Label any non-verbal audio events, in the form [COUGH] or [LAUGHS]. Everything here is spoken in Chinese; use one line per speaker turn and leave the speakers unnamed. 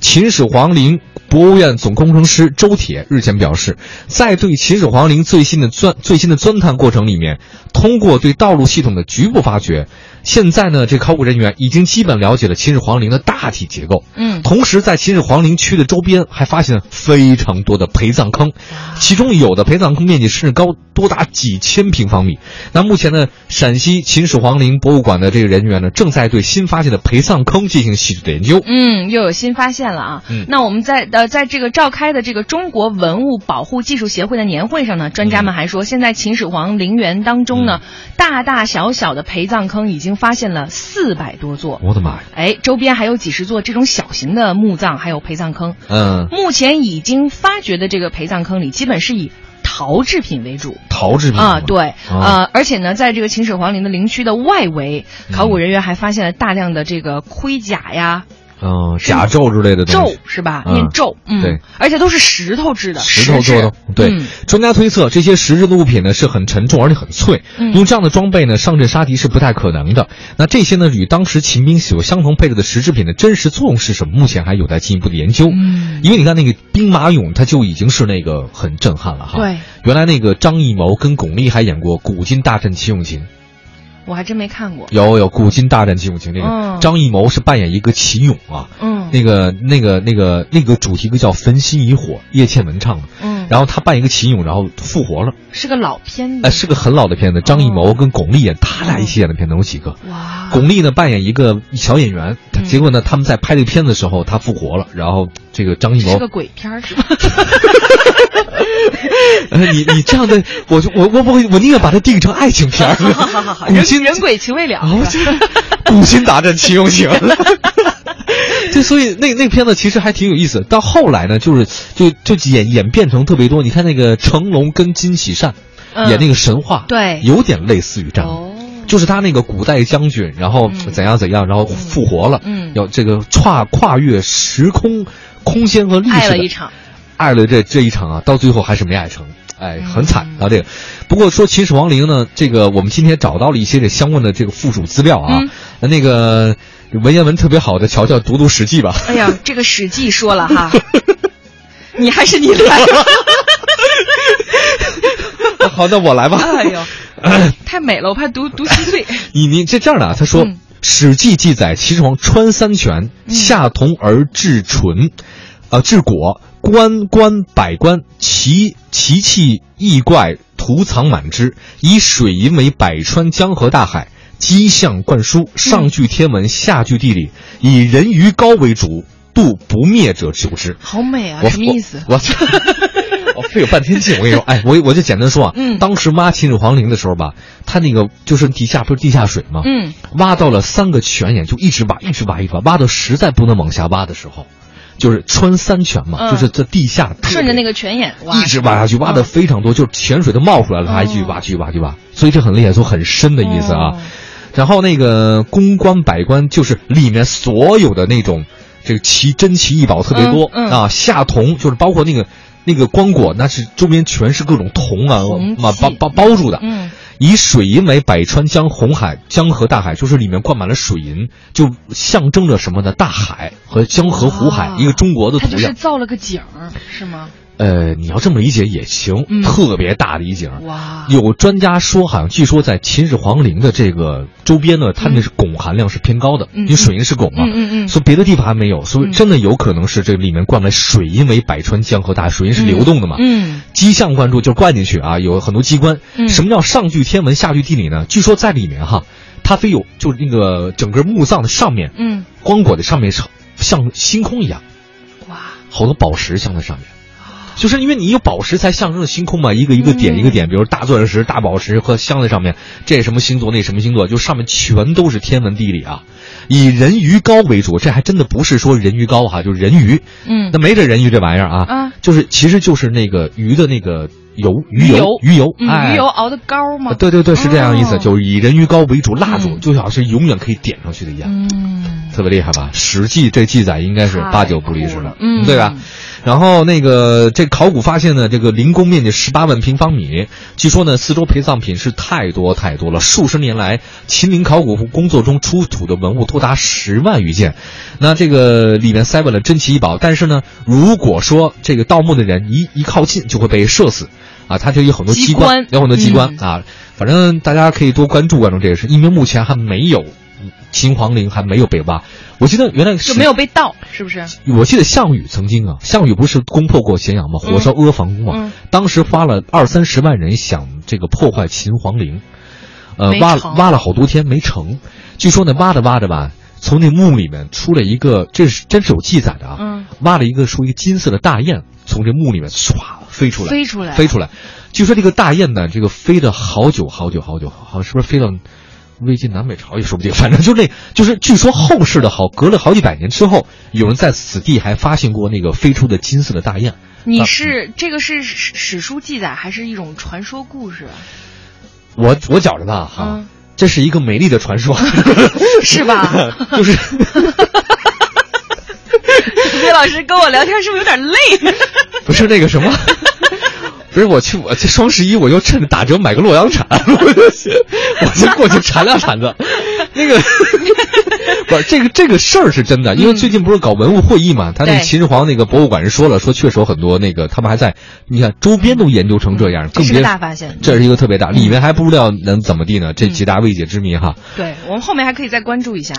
秦始皇陵博物院总工程师周铁日前表示，在对秦始皇陵最新的钻最新的钻探过程里面，通过对道路系统的局部发掘，现在呢，这考古人员已经基本了解了秦始皇陵的大体结构。
嗯
同时，在秦始皇陵区的周边还发现了非常多的陪葬坑，其中有的陪葬坑面积甚至高多达几千平方米。那目前呢，陕西秦始皇陵博物馆的这个人员呢，正在对新发现的陪葬坑进行细致的研究。
嗯，又有新发现了啊！
嗯
那我们在呃，在这个召开的这个中国文物保护技术协会的年会上呢，专家们还说，现在秦始皇陵园当中呢，
嗯
大大小小的陪葬坑已经发现了四百多座，
我的妈呀！
哎，周边还有几十座这种小型的墓葬，还有陪葬坑。
嗯，
目前已经发掘的这个陪葬坑里，基本是以陶制品为主。
陶制品
啊，对，
啊
呃，而且呢，在这个秦始皇陵的陵区的外围，考古人员还发现了大量的这个盔甲呀、
嗯，甲胄之类的东
咒
西。
是吧？
嗯
念咒，嗯，
对，
而且都是石头制的，
石头做的
制，
对，
嗯
专家推测这些石质的物品呢是很沉重而且很脆，
嗯
用这样的装备呢上阵杀敌是不太可能的。那这些呢与当时秦兵所相同配置的石制品的真实作用是什么，目前还有待进一步的研究。
嗯
因为你看那个兵马俑，它就已经是那个很震撼了哈。
对，
原来那个张艺谋跟巩俐还演过《古今大战秦俑情》，
我还真没看过，
有有《古今大战秦俑情》这个、
嗯
张艺谋是扮演一个秦俑啊，
嗯
那个那个那个那个主题歌叫《焚心以火》，叶倩文唱的。
嗯，
然后他扮演一个秦俑，然后复活了。
是个老片子，
哎，是个很老的片子，张艺谋跟巩俐演，他俩一起演的片子有几个？
哇，
巩俐呢扮演一个小演员，她
嗯
结果呢他们在拍这个片子的时候，他复活了，然后这个张艺
是
谋
个，鬼片儿
[LAUGHS]
是吧？
呃你你这样的，我就我我我我宁愿把它定义成爱情片儿。 [LAUGHS]
好好好好，
古
[LAUGHS] 人
今
人鬼情未了，
啊，
哦是吧
这古今大战秦俑
[LAUGHS]
情。对，所以那那片子其实还挺有意思。到后来呢，就是就就演演变成特别多。你看那个成龙跟金喜善、
嗯
演那个神话，
对
有点类似于这样的。
哦，
就是他那个古代将军，然后
嗯
怎样怎样，然后复活了，
嗯
要这个跨跨越时空、空间和历史，
爱了一，场，
爱了这这一场啊，到最后还是没爱成，哎，
嗯
很惨啊这个。不过说秦始皇陵呢，这个我们今天找到了一些这相关的这个附属资料啊，那个文言文特别好的，瞧瞧读读《史记》吧。 [LAUGHS]
哎呀，这个《史记》说了哈，你还是你
[LAUGHS]
来。
好，那我来
[LAUGHS]
吧。
哎呦，太美了，我怕读读
[LAUGHS]
心碎。
你你这这样的啊，他说，
嗯
史记》记载秦始皇穿三泉，下同而至唇，呃，治果，官官百官，奇奇器异怪，图藏满之，以水银为百川江河大海。机象灌输，上据天文，下据地理，以人鱼高为主，度不灭者久之。
好美啊，
我
什么意思？
我我 [LAUGHS] 我费了半天劲，我跟你说，哎，我我就简单说啊，
嗯
当时挖秦始皇陵的时候吧，他那个就是地下不是地下水吗？
嗯，
挖到了三个泉眼，就一直挖，一直挖，一直挖，挖到实在不能往下挖的时候，就是穿三泉嘛，
嗯
就是在地下
顺着那
个。
个泉眼挖，
一直挖下去，挖的
嗯
非常多，就是泉水都冒出来了，
哦
还继续挖，继续挖，继续挖，所以这很厉害，说很深的意思啊。
哦
然后那个公关百官就是里面所有的那种这个奇珍奇异宝特别多、
嗯嗯
啊，夏铜就是包括那个那个棺椁，那是周边全是各种铜啊
铜器
嘛包包包住的，
嗯
以水银为百川江红海江河大海，就是里面灌满了水银，就象征着什么呢？大海和江河湖海，
啊
一个中国的
他
图
就是
样。
造了个景儿，是吗？
呃，你要这么理解也行，
嗯
特别大的一景。
哇，
有专家说，好像据说在秦始皇陵的这个周边呢，它那是汞含量是偏高的，
嗯
因为水啊银是汞嘛，
嗯嗯嗯
所以别的地方还没有，所以
嗯
真的有可能是这里面灌了水银为百川江河大海，水银是流动的嘛。
嗯，
机象灌注就是灌进去啊，有很多机关。
嗯
什么叫上据天文，下据地理呢？据说在里面哈，它非有就是那个整个墓葬的上面，
嗯，
棺椁的上面是像星空一样，
哇，
好多宝石镶在上面。就是因为你有宝石才象征着星空嘛，一个一个点
嗯
一个点，比如大钻石、大宝石和镶在上面，这什么星座那什么星座，就上面全都是天文地理啊。以人鱼高为主，这还真的不是说人鱼高哈、就是人鱼，
嗯
那没这人鱼这玩意儿啊，
啊
就是其实就是那个鱼的那个油鱼油
鱼
鱼油，
嗯，
哎，
鱼油熬的高吗？
啊对对对，是这样的意思，
哦
就是以人鱼高为主，蜡烛
嗯
就好像是永远可以点上去的一样。
嗯，
特别厉害吧？《史记》这记载应该是
太
八九不离十
酷
了
了，嗯
对吧？然后那个这考古发现呢，这个陵宫面积十八万平方米，据说呢，四周陪葬品是太多太多了。数十年来，秦陵考古工作中出土的文物多达十万余件，那这个里面塞满了珍奇异宝。但是呢，如果说这个盗墓的人一一靠近，就会被射死。啊，它就有很多
机
机关，
关
有很多机关、
嗯
啊。反正大家可以多关注关注这个事，因为目前还没有嗯秦皇陵还没有被挖。我记得原来
就是没有被盗，是不是？
我记得项羽曾经啊，项羽不是攻破过咸阳吗？火烧阿房宫啊，
嗯
当时花了二三十万人想这个破坏秦皇陵，呃，
没
挖
成
挖了好多天没成。据说呢，挖着挖着吧，从那墓里面出了一个，这是真是有记载的啊，
嗯，
挖了一个说一个金色的大雁，从这墓里面唰飞出来，
飞出来，
飞出来。据说这个大雁呢，这个飞了好久好久好久，好是不是飞到魏晋南北朝也说不定，反正就那就是据说后世的好，隔了好几百年之后，有人在此地还发现过那个飞出的金色的大雁。
你是这个是史史书记载，还是一种传说
[LAUGHS]
故事？
我我觉着吧，哈、
嗯
这是一个美丽的传
[LAUGHS]
说，
是
[LAUGHS]
吧？ [LAUGHS]
就是。
魏老师跟我聊天是不是有点累？ [LAUGHS]
不是那个什么，不是我去我去双十一，我就趁着打折买个洛阳铲， [LAUGHS] 我就我就过去铲两铲子。那个 [LAUGHS] 不是这个这个事儿是真的，因为最近不是搞文物会议嘛，他那
嗯对
秦始皇那个博物馆人说了，说确实有很多那个他们还在，你看周边都研究成这样，
嗯这
更
是
别
个大发现。
这是一个特别大，里面还不知道能怎么地呢，这
嗯
几大未解之谜哈。
对我们后面还可以再关注一下。